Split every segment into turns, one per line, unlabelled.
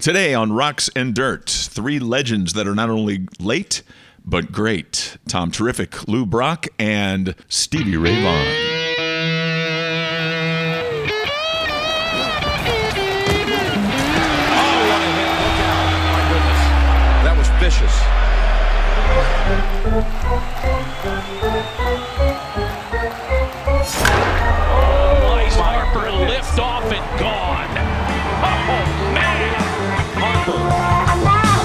Today on Rocks and Dirt, three legends that are not only late, but great Tom Terrific, Lou Brock, and Stevie Ray Vaughan.
Oh, what a hit. Look out. My goodness. That was vicious.
Bryce Harper lift off and gone. Oh man, Harper.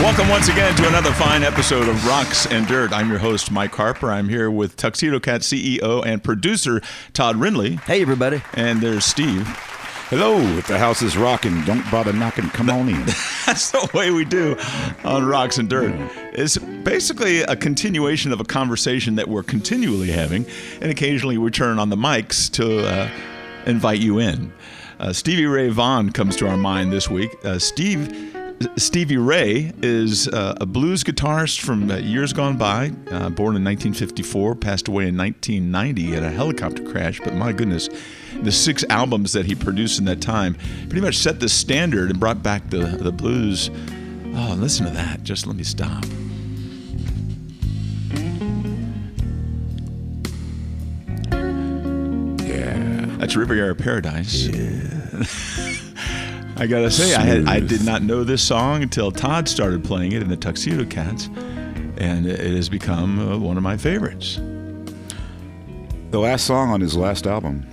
Welcome once again to another fine episode of Rocks and Dirt. I'm your host, Mike Harper. I'm here with Tuxedo Cat CEO and producer Todd Rindley,
Hey, everybody.
and there's Steve.
Hello, if the house is rocking, don't bother knocking. Come on in.
That's the way we do on Rocks and Dirt. It's basically a continuation of a conversation that we're continually having, and occasionally we turn on the mics to uh, invite you in. Uh, Stevie Ray Vaughan comes to our mind this week. Uh, Steve. Stevie Ray is uh, a blues guitarist from uh, years gone by, uh, born in 1954, passed away in 1990 in a helicopter crash. But my goodness, the six albums that he produced in that time pretty much set the standard and brought back the, the blues. Oh, listen to that. Just let me stop.
Yeah.
That's Riviera Paradise. I gotta say, I, had, I did
Smooth.
not know this song until Todd started playing it in the Tuxedo Cats, and it has become uh, one of my favorites.
The last song on his last album,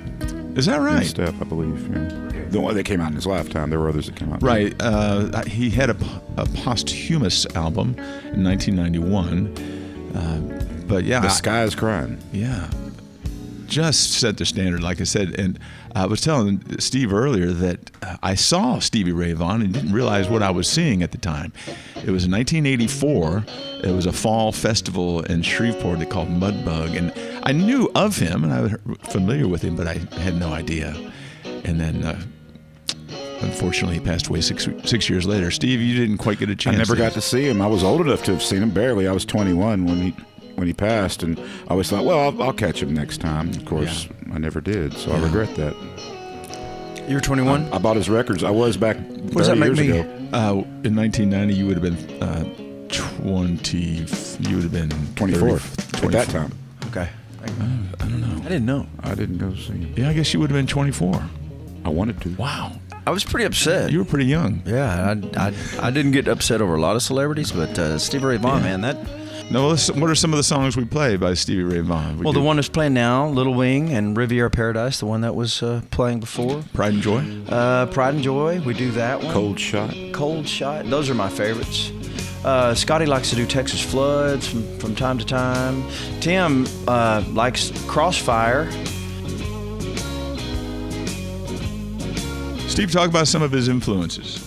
Is that
In
right?
Step, I believe. yeah. The one that came out in his lifetime. There were others that came out.
Right. Uh, he had a, po- a posthumous album in 1991, uh, but yeah,
The
I-
sky is crying.
Yeah. Just set the standard, like I said. And I was telling Steve earlier that uh, I saw Stevie Ray Vaughan and didn't realize what I was seeing at the time. It was 1984. It was a fall festival in Shreveport they called Mudbug. And I knew of him and I was familiar with him, but I had no idea. And then, uh, unfortunately, he passed away six, six years later. Steve, you didn't quite get a
I
chance.
never
to-
got to see him. I was old enough to have seen him barely. I was 21 when he when he passed, and I always thought, well, I'll, I'll catch him next time. Of course, I never did, so I regret that.
You were 21?
I bought his records. I was back
does
30
that make
years
me?
ago.
Uh, in 1990, you would have been uh, 20. You would have been
24
30
at that time.
okay. I don't know. I didn't know.
I didn't go see him.
Yeah, I guess you would have been 24.
I wanted to.
Wow,
I was pretty upset.
you were pretty young.
yeah, I, I, I didn't get upset over a lot of celebrities, but uh, Stevie Ray Vaughan, man, that.
Now, let's, what are some of the songs we play by Stevie Ray Vaughan? We
Well, the
did
one that's playing now, Little Wing and Riviera Paradise, the one that was uh, playing before.
Pride and Joy.
Uh, Pride and Joy, we do that one.
Cold shot.
Cold Shot, those are my favorites. Uh, Scotty likes to do Texas Floods from, from time to time. Tim uh, likes Crossfire.
Steve, talk about some of his influences.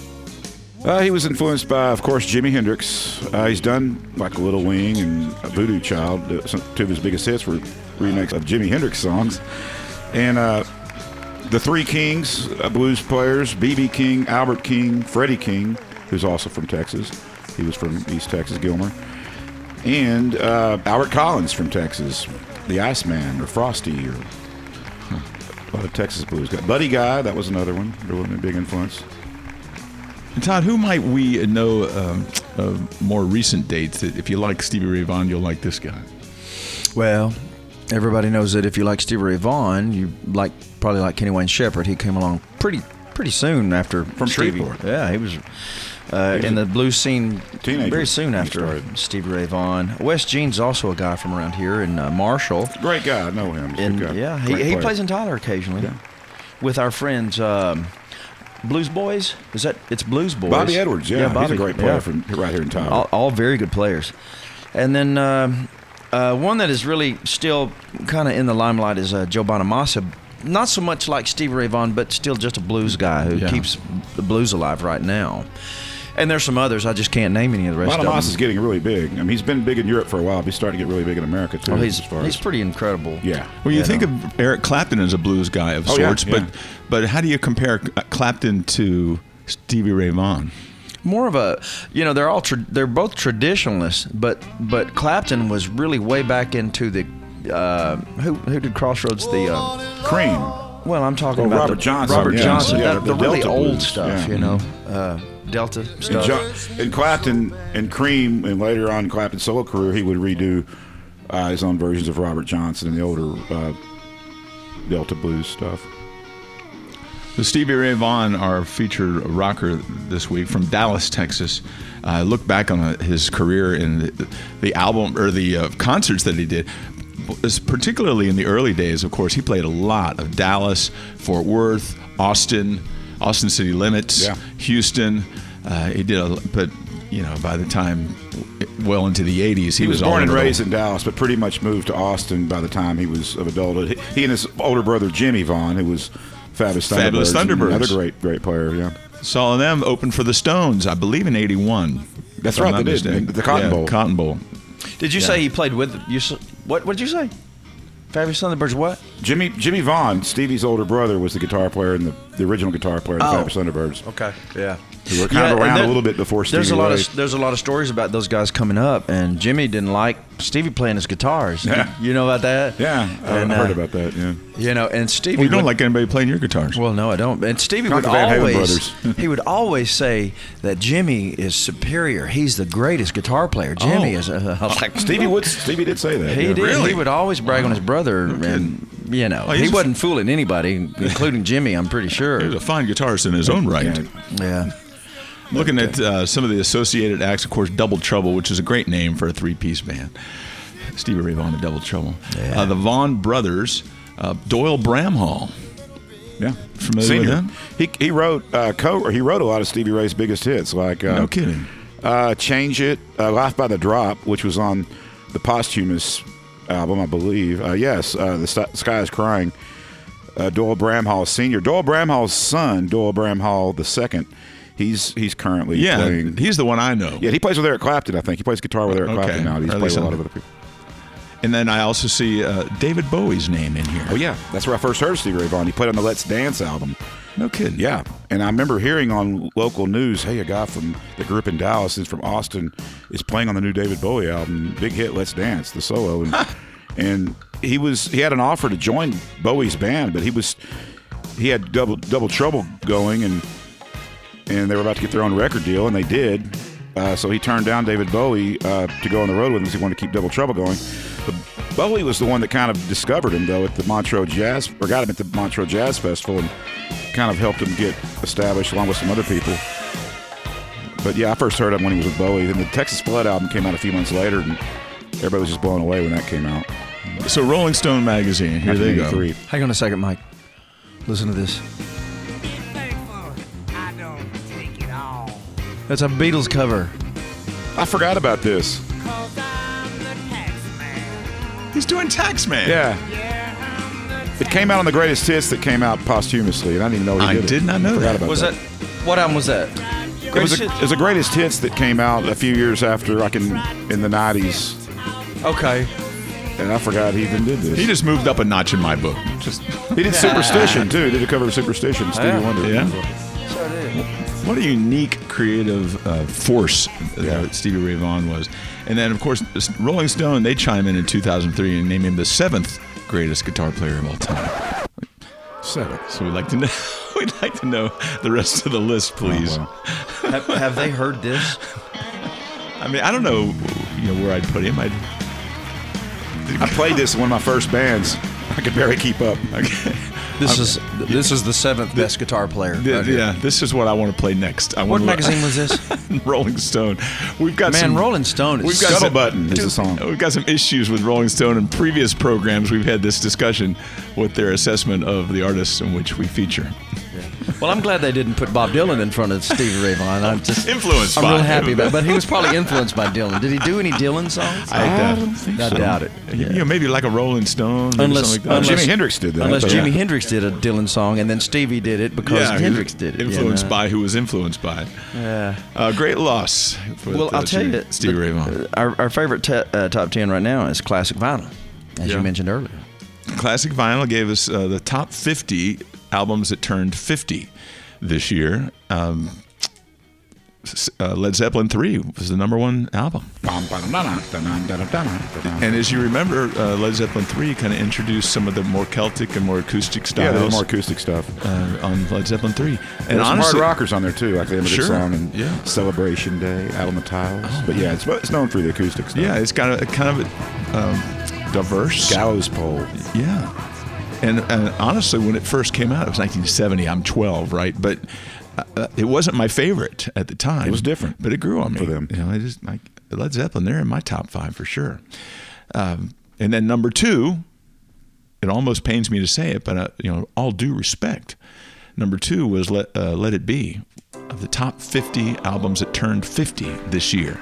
Uh, he was influenced by, of course, Jimi Hendrix. Uh, he's done like Little Wing and Voodoo Child. Uh, some, two of his biggest hits were remakes of Jimi Hendrix songs. And uh, the Three Kings, uh, blues players, B.B. King, Albert King, Freddie King, who's also from Texas. He was from East Texas, Gilmer. And uh, Albert Collins from Texas, the Iceman or Frosty or a lot of Texas blues. guys. Buddy Guy, that was another one. Really big influence.
And Todd, who might we know um, of more recent dates that if you like Stevie Ray Vaughan, you'll like this guy?
Well, everybody knows that if you like Stevie Ray Vaughan, you like probably like Kenny Wayne Shepherd. He came along pretty pretty soon after from Stevie.
Shreveport.
Yeah, he was uh,
He was
in
a
the blues scene
teenager
very
when
soon
he
after
started.
Stevie Ray Vaughan. Wes Jean's also a guy from around here in uh, Marshall.
Great guy. I know him. He's a
And
good guy.
yeah,
Great
he, he
player.
plays in Tyler occasionally
Yeah.
with our friends um, Blues Boys. Is that it's Blues Boys?
Bobby Edwards. Yeah, he's
Bobby,
a great player
yeah.
from right here in Tyler.
all, all very good players. And then um uh, one that is really still kind of in the limelight is uh, Joe Bonamassa. Not so much like Stevie Ray Vaughan, but still just a blues guy who
Yeah.
keeps the blues alive right now. And there's some others I just can't name any of the rest
Bonamassa
of
is
them.
getting really big. I mean, he's been big in Europe for a while. But he's starting to get really big in America too.
Oh, he's
as far
he's
as,
pretty incredible.
yeah.
Well, you
Yeah,
think
no.
of Eric Clapton as a blues guy of
Oh, yeah,
sorts,
yeah.
but but how do you compare uh, Clapton to Stevie Ray Vaughan?
more of a you know they're all tra- they're both traditionalists but but clapton was really way back into the uh, who who did Crossroads? The uh,
Cream.
well, I'm talking
Oh,
about
Robert
the,
Johnson,
Robert
yeah.
Johnson,
Yeah,
that,
the
the, really
Delta
old
blues,
stuff,
yeah. Mm-hmm.
you know, uh, Delta
And,
stuff.
John, and Clapton and Cream, and later on in Clapton's solo career, he would redo uh, his own versions of Robert Johnson and the older uh, Delta blues stuff.
So Stevie Ray Vaughan, our featured rocker this week from Dallas, Texas, uh, look back on uh, his career and the, the album or the uh, concerts that he did. It's Particularly in the early days, of course, he played a lot of Dallas, Fort Worth, Austin, Austin City Limits,
Yeah.
Houston. Uh, he did, a, but you know, by the time well into the '80s, he,
He was
all
born and
over the-
raised in Dallas, but pretty much moved to Austin by the time he was of adulthood. He- He and his older brother Jimmy Vaughn, who was fabulous Thunderbirds,
Fabulous
and
Thunderbirds.
another great great player. Yeah,
Saw them open for the Stones, I believe, in '81.
That's
if I'm
right,
not
they did.
mistaken.
The Cotton
Yeah,
Bowl.
Cotton Bowl.
Did you say he played with you? s- What what did you say? Fabulous Thunderbirds. What?
Jimmy Jimmy Vaughn, Stevie's older brother, was the guitar player and the, the original guitar player in
Oh.
the Fabulous Thunderbirds.
Okay. Yeah.
They were kind of
and
around a
there-
little bit before
There's a
Stevie
lot
Ray.
of there's a lot of stories about those guys coming up, and Jimmy didn't like Stevie playing his guitars.
Yeah.
You know about that?
Yeah,
And,
I heard
uh,
about that. Yeah,
You know, and Stevie.
Well, you don't
would-
like anybody playing your guitars.
Well, no, I don't. And Stevie
Not
would
the Van Halen
always
brothers.
he would always say that Jimmy is superior. He's the greatest guitar player. Jimmy
Oh.
is. A, I was like,
Stevie would Stevie did say that.
he
yeah.
did. He would always brag on his brother, and you know,
Oh, he's
he
just-
wasn't fooling anybody, including Jimmy. I'm pretty
He was
sure.
a fine guitarist in his own right.
Yeah.
Yeah.
Looking at uh, some of the associated acts, of course, Double Trouble, which is a great name for a three-piece band. Stevie Ray Vaughan, the Double Trouble.
Yeah.
Uh, the Vaughan brothers, uh, Doyle Bramhall.
Yeah,
Familiar with him?
He he wrote uh, co he wrote a lot of Stevie Ray's biggest hits like uh,
No kidding.
uh, Change It, uh, Life by the Drop, which was on the posthumous album, I believe. Uh, yes, uh, The St- Sky is Crying. Uh, Doyle Bramhall Senior, Doyle Bramhall's son, Doyle Bramhall the second. He's he's currently
Yeah,
playing.
he's the one I know.
yeah, he plays with Eric Clapton. I think he plays guitar with Eric
Okay.
Clapton now. He's
Or at
played
least
a lot
I-
of other people.
And then I also see uh, David Bowie's name in here.
Oh yeah, that's where I first heard Stevie Ray Vaughan. He played on the Let's Dance album.
No kidding.
Yeah, and I remember hearing on local news, hey, a guy from the group in Dallas is from Austin is playing on the new David Bowie album, big hit, Let's Dance, the solo, and, and he was he had an offer to join Bowie's band, but he was he had double double trouble going, and and they were about to get their own record deal, and they did. Uh, so he turned down David Bowie uh, to go on the road with him because he wanted to keep Double Trouble going. But Bowie was the one that kind of discovered him though at the Montreux Jazz, or got him at the Montreux Jazz Festival, and kind of helped him get established along with some other people. But yeah, I first heard him when he was with Bowie. Then the Texas Flood album came out a few months later, and everybody was just blown away when that came out.
So Rolling Stone magazine. Here they go.
1983.
Hang on a second, Mike. Listen to this.
thankful I don't take it all.
That's a Beatles cover.
I forgot about this.
Cause I'm the tax man.
He's doing Taxman.
Yeah,
Yeah, I'm the tax
it came out on the greatest hits that came out posthumously, and I didn't even know he
I
did. it.
did not know
forgot
that.
about
Was
that.
that? What album was that?
It was, a, it was the greatest hits that came out a few years after, like in, in the 90s.
Okay.
And I forgot he even did this.
He just moved up a notch in my book. Just
He did Superstition, too. He did a cover of Superstition, Stevie
Yeah.
Wonder.
Yeah. What a unique creative uh, force that Stevie Ray Vaughan was. And then, of course, Rolling Stone, they chime in in 2003 and name him the seventh greatest guitar player of all time.
Seven.
So we'd like to know, we'd like to know the rest of the list, please.
Oh, wow.
have, have they heard this?
I mean, I don't know, you know where I'd put him. I'd,
I played this in one of my first bands. I could barely keep up.
okay.
This is this is the seventh best guitar player.
Th-
right here.
yeah, this is what I want to play next. I
What
wanna-
magazine was this?
Rolling Stone. We've got
Man,
some,
Rolling Stone is
we've got
Scuttle
some-
Button is the song.
We've got some issues with Rolling Stone in previous programs. We've had this discussion with their assessment of the artists in which we feature.
Well, I'm glad they didn't put Bob Dylan in front of Stevie Ray Vaughan. I'm just
Influenced
I'm
by
real
him.
happy about, but he was probably influenced by Dylan. Did he do any Dylan songs?
I, uh,
I doubt it.
You know, maybe like a Rolling Stone, maybe uh,
Unless-
something like that.
unless-
Jimi Hendrix did that.
Unless
but-
Jimi Hendrix did a Dylan song, and then Stevie did it because
yeah,
Hendrix did it. you
Influenced
know.
by who was influenced by.
Yeah.
Uh, great loss. with,
Well,
uh,
I'll tell
Stevie-
you,
Stevie
the- uh,
Ray Vaughan.
Our, our favorite te- uh, top ten right now is classic vinyl, as
Yeah.
you mentioned earlier.
Classic Vinyl gave us uh, the top 50 albums that turned 50 this year. Um, uh, Led Zeppelin 3 was the number one album. And as you remember, uh, Led Zeppelin 3 kind of introduced some of the more Celtic and more acoustic
Yeah,
styles
there's more acoustic stuff.
uh, on Led Zeppelin 3. And
There's some hard
honestly,
rockers on there too, like the end of
Sure,
the song and
yeah.
Celebration Day, Out on the Tiles. but yeah, it's, it's known for the acoustic stuff.
yeah, it's got a kind of um, diverse.
Gallows Pole.
Yeah. And, and honestly, when it first came out, it was 1970. I'm 12, right? But uh, uh, it wasn't my favorite at the time. It
was different
but it grew on me.
for them.
You know, I just like Led Zeppelin. They're in my top five for sure. Um, and then number two, it almost pains me to say it, but uh, you know, all due respect. Number two was Let uh, Let It Be, of the top 50 albums that turned 50 this year.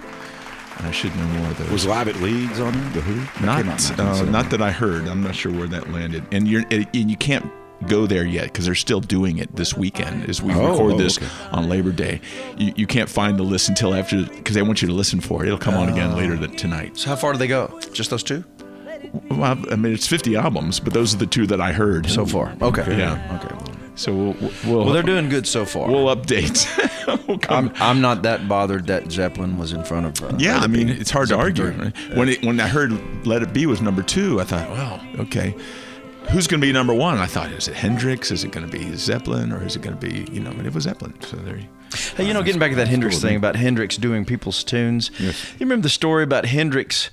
And I should know more of those.
Was Live at Leeds on there? The Who? That came out in
Not, uh,
1970.
not that I heard. I'm not sure where that landed. And you're and you can't go there yet because they're still doing it this weekend as we
Oh,
record
oh,
this
okay.
on Labor Day. You, you can't find the list until after because they want you to listen for it. It'll come on again
Oh.
later th- tonight.
So how far do they go? Just those two
Well, I mean, it's 50 albums, but those are the two that I heard
so far. Okay.
Yeah.
Okay.
So we'll we'll,
Well, they're doing good so far.
we'll update. We'll come
I'm, I'm not that bothered that Zeppelin was in front of. Uh,
Yeah, I
Led
mean,
Zeppelin.
it's hard to argue.
Zeppelin
Right? When it, when I heard "Let It Be" was number two, I thought, well, okay, who's going to be number one? I thought, is it Hendrix? Is it going to be Zeppelin? Or is it going to be you know? And it was Zeppelin. So there. You,
Hey, you know, getting back to that Hendrix thing about Hendrix doing people's tunes.
Yes.
You remember the story about Hendrix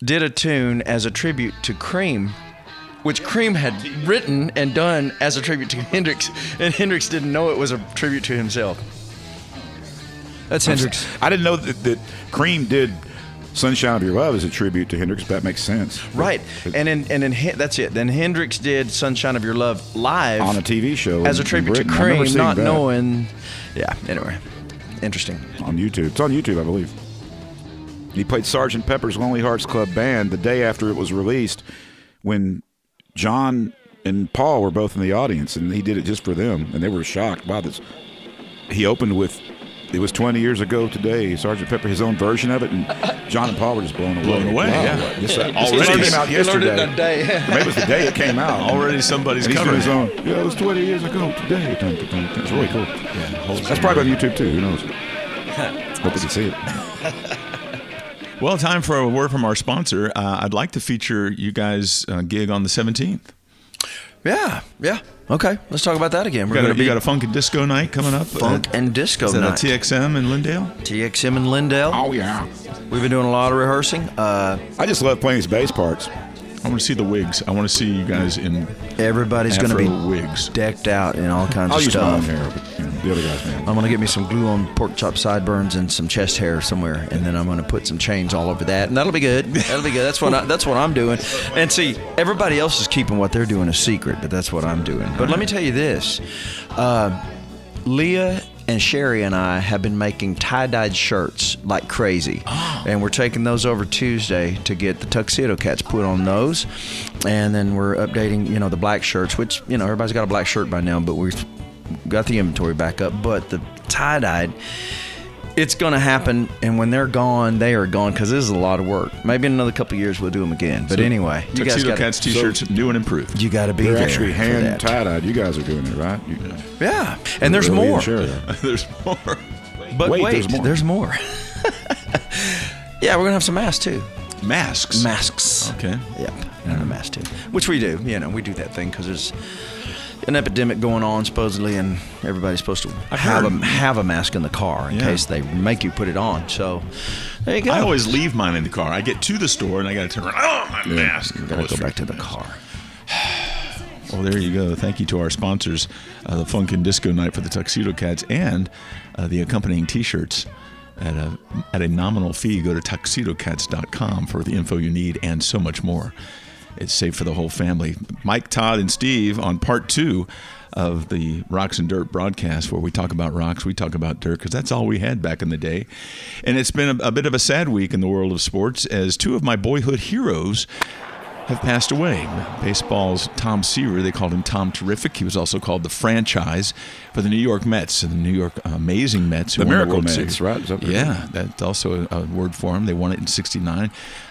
did a tune as a tribute to Cream, which Cream had written and done as a tribute to Hendrix, and Hendrix didn't know it was a tribute to himself. That's Hendrix.
I didn't know that, that Cream did Sunshine of Your Love as a tribute to Hendrix. That makes sense.
Right, and then and then Hen- that's it. Then Hendrix did "Sunshine of Your Love" live
On a TV show
as a
in
tribute to
Britain. I remember
Cream,
seeing
not
that.
knowing. Yeah. Anyway, interesting.
on YouTube. It's on YouTube, I believe. He played Sergeant Pepper's Lonely Hearts Club Band the day after it was released when John and Paul were both in the audience and he did it just for them and they were shocked by this. He opened with it was 20 years ago today, Sergeant Pepper, his own version of it, and John and Paul were just blown away.
Blown away, yeah.
Just,
Yeah,
just
already.
learned it came out
They learned
yesterday.
it in a day.
Maybe it was the day it came out.
Already somebody's
And he's doing
covering
his
it.
own. Yeah, it was 20 years ago today. It's really cool. That's probably on YouTube too. Who knows? Hope we can see it.
well, time for a word from our sponsor. Uh, I'd like to feature you guys' uh, gig on the 17th.
Yeah, yeah. Okay, let's talk about that again.
We
We're
got,
going
a,
to
we
be
got a funk and disco night coming up.
funk
at,
and disco
is that
night.
a TXM in Lindale?
TXM and Lindell.
Oh yeah.
We've been doing a lot of rehearsing. Uh,
I just love playing these bass parts.
I want to see the wigs. I want to see you guys in
everybody's going to
Afro
be
wigs.
decked out in all kinds
I'll
of
use my own
stuff.
hair, but you know, the other guys, man.
I'm gonna get me some glue on pork chop sideburns and some chest hair somewhere, and then I'm gonna put some chains all over that, and that'll be good. That'll be good. That's what I, that's what I'm doing. And see, everybody else is keeping what they're doing a secret, but that's what I'm doing. But let me tell you this, uh, Leah. And Sherry and I have been making tie-dyed shirts like crazy, and we're taking those over Tuesday to get the tuxedo cats put on those, and then we're updating, you know, the black shirts, which you know everybody's got a black shirt by now, but we're got the inventory back up, but the tie dyed, it's going to happen. And when they're gone, they are gone because this is a lot of work. Maybe in another couple of years we'll do them again. But anyway, you guys
Tuxedo
got
Cats t-shirts, new and improved.
you got to be
They're
there
actually
for
hand
that.
tie-dyed. You guys are doing it, right? You,
Yeah, and there's
Really
more.
sure.
There's more.
But wait,
Wait,
there's
there's
more.
more.
yeah, we're gonna have some masks too.
Masks.
Masks.
Okay.
Yep, and a mask too, which we do. You know, we do that thing because there's an epidemic going on supposedly, and everybody's supposed to
I've
have
heard.
a have a mask in the car in
Yeah.
case they make you put it on. So there you go.
I always leave mine in the car. I get to the store and I got to turn around. Oh, my mask.
You gotta
Always
go back to the
forget that.
car.
Well, there you go. Thank you to our sponsors, uh, the Funk and Disco Night for the Tuxedo Cats and uh, the accompanying T-shirts. At a, at a nominal fee, go to tuxedocats.com for the info you need and so much more. It's safe for the whole family. Mike, Todd, and Steve on part two of the Rocks and Dirt broadcast, where we talk about rocks, we talk about dirt, because that's all we had back in the day. And it's been a, a bit of a sad week in the world of sports as two of my boyhood heroes have passed away. Baseball's Tom Seaver, they called him Tom Terrific. He was also called the franchise for the New York Mets and the New York uh, Amazing Mets. who
The
won
Miracle
World
Mets,
Series.
right? Is that what they're
Yeah, that's also a, a word for him. They won it in '69.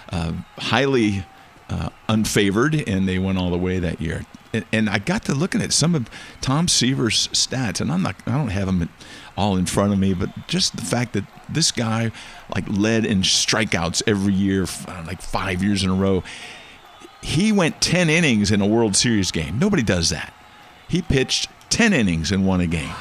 Uh, highly uh, unfavored, and they went all the way that year. And, and I got to looking at some of Tom Seaver's stats, and I'm not, I don't have them all in front of me, but just the fact that this guy like led in strikeouts every year, f- like five years in a row. He went 10 innings in a World Series game. Nobody does that. He pitched 10 innings and won a game.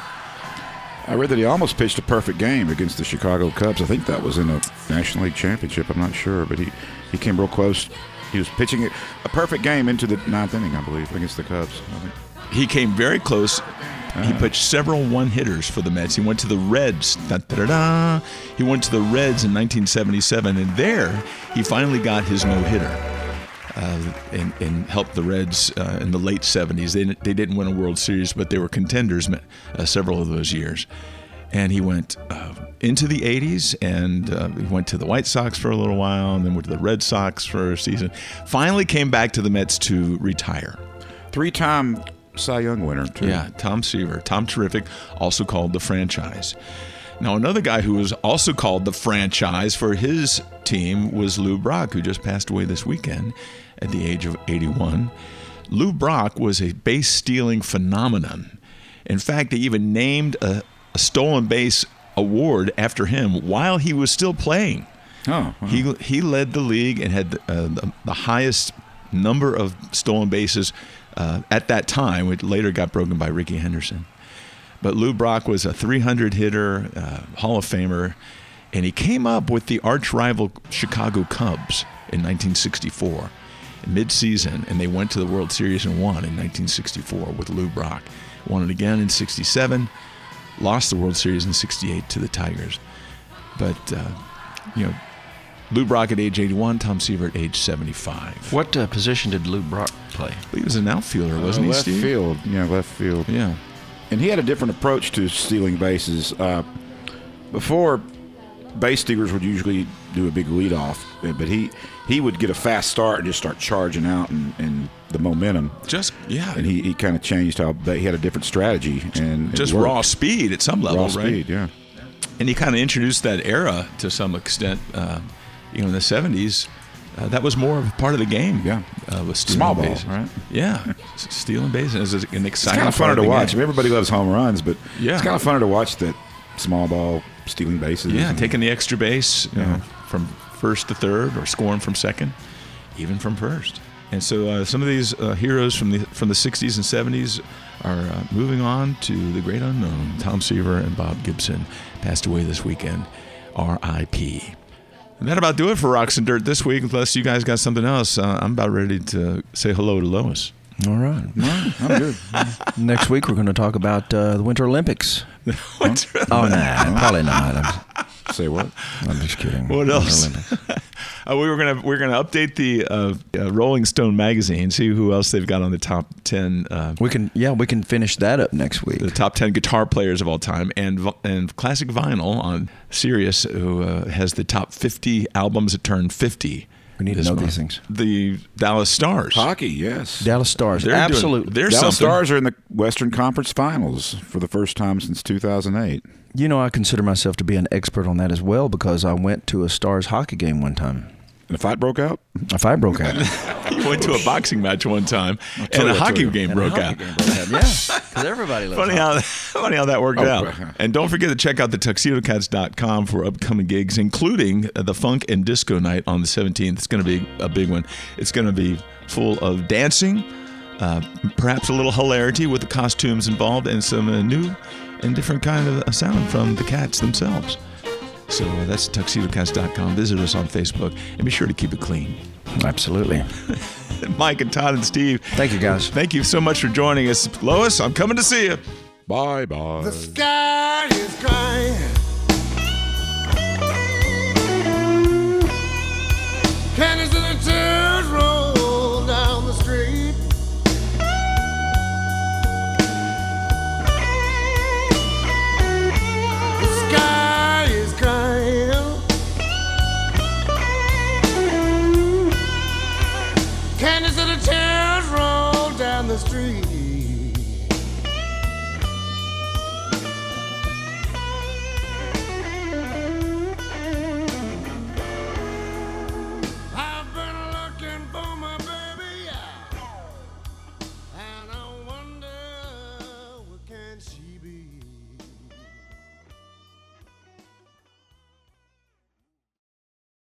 I read that he almost pitched a perfect game against the Chicago Cubs. I think that was in a National League championship. I'm not sure, but he, he came real close. He was pitching a a perfect game into the ninth inning, I believe, against the Cubs. I think.
He came very close. He pitched several one hitters for the Mets. He went to the Reds. Da, da, da, da. He went to the Reds in 1977, and there he finally got his no hitter uh, and, and helped the Reds uh, in the late 70s. They, didn't- they didn't win a World Series, but they were contenders uh, several of those years. And he went uh, into the 80s and uh, he went to the White Sox for a little while and then went to the Red Sox for a season. Finally came back to the Mets to retire.
Three-time Cy Young winner, too.
Yeah, Tom Seaver. Tom Terrific, also called the franchise. Now, another guy who was also called the franchise for his team was Lou Brock, who just passed away this weekend at the age of 81. Lou Brock was a base stealing phenomenon. In fact, they even named a, a stolen base award after him while he was still playing.
Oh, wow.
He he led the league and had uh, the, the highest number of stolen bases uh, at that time, which later got broken by Ricky Henderson. But Lou Brock was a 300 hitter, uh, Hall of Famer, and he came up with the arch rival Chicago Cubs in 1964, mid season, and they went to the World Series and won in 1964 with Lou Brock. Won it again in 67, lost the World Series in 68 to the Tigers. But, uh, you know, Lou Brock at age 81, Tom Seaver at age 75.
What uh, position did Lou Brock play?
He was an outfielder, wasn't he,
Uh, left
Steve?
field. Yeah, left field.
Yeah.
And he had a different approach to stealing bases. Uh, before, base stealers would usually do a big leadoff, uh, but he he would get a fast start and just start charging out and, and the momentum.
Just, yeah.
And he, he kind of changed how but he had a different strategy and it
just
worked.
raw speed at some level,
raw
right?
speed. Yeah,
and he kind of introduced that era to some extent. Uh, you know, in the '70s, uh, that was more of a part of the game.
Yeah.
uh, with stealing
Small ball,
bases.
right?
Yeah, s- stealing bases is an
it's
exciting.
kind of
part
funner to
the
watch. I
game.
mean, everybody loves home runs, but
Yeah.
it's kind of funner to watch that small ball stealing bases.
Yeah,
and-
taking the extra base you
Yeah.
know, from first to third, or scoring from second, even from first. And so uh, some of these uh, heroes from the from the '60s and '70s are uh, moving on to the great unknown. Tom Seaver and Bob Gibson passed away this weekend. R.I.P. And that about do it for Rocks and Dirt this week. Unless you guys got something else, uh, I'm about ready to say hello to Lois.
All right.
I'm good.
Next week we're going to talk about uh, the Winter Olympics. Oh no, probably not. I'm,
Say what?
I'm just kidding.
What
Winter
else?
Olympics.
Uh, we were gonna we are gonna update the uh, uh, Rolling Stone magazine, see who else they've got on the top ten uh,
We can, yeah, we can finish that up next week.
the top 10 guitar players of all time and vi- and classic vinyl on Sirius who uh, has the top 50 albums that turned 50
We need to
this
know
month.
these things.
the Dallas Stars
Hockey, yes.
Dallas Stars,
They're doing-
absolutely.
they're
Dallas
something.
Stars are in the Western Conference Finals for the first time since 2008.
You know, I consider myself to be an expert on that as well because I went to a Stars hockey game one time.
And a fight broke out.
If I broke out,
you went to a boxing match one time and
you
a
what,
hockey
tell you.
game broke out
yeah, because everybody loves.
Funny
hockey.
how, funny how that worked out. Oh, And don't forget to check out the tuxedocats.com for upcoming gigs, including uh, the funk and disco night on the 17th. It's going to be a big one. It's going to be full of dancing, uh, perhaps a little hilarity with the costumes involved, and some uh, new and different kind of uh, sound from the cats themselves. So uh, that's tuxedocats.com. Visit us on Facebook and be sure to keep it clean.
Absolutely.
Mike and Todd and Steve,
Thank you, guys.
thank you so much for joining us. Lois, I'm coming to see you.
Bye bye.
The sky is crying. Cannons and the tears roll down the street. The sky is crying. Cannons and the tears roll down the street.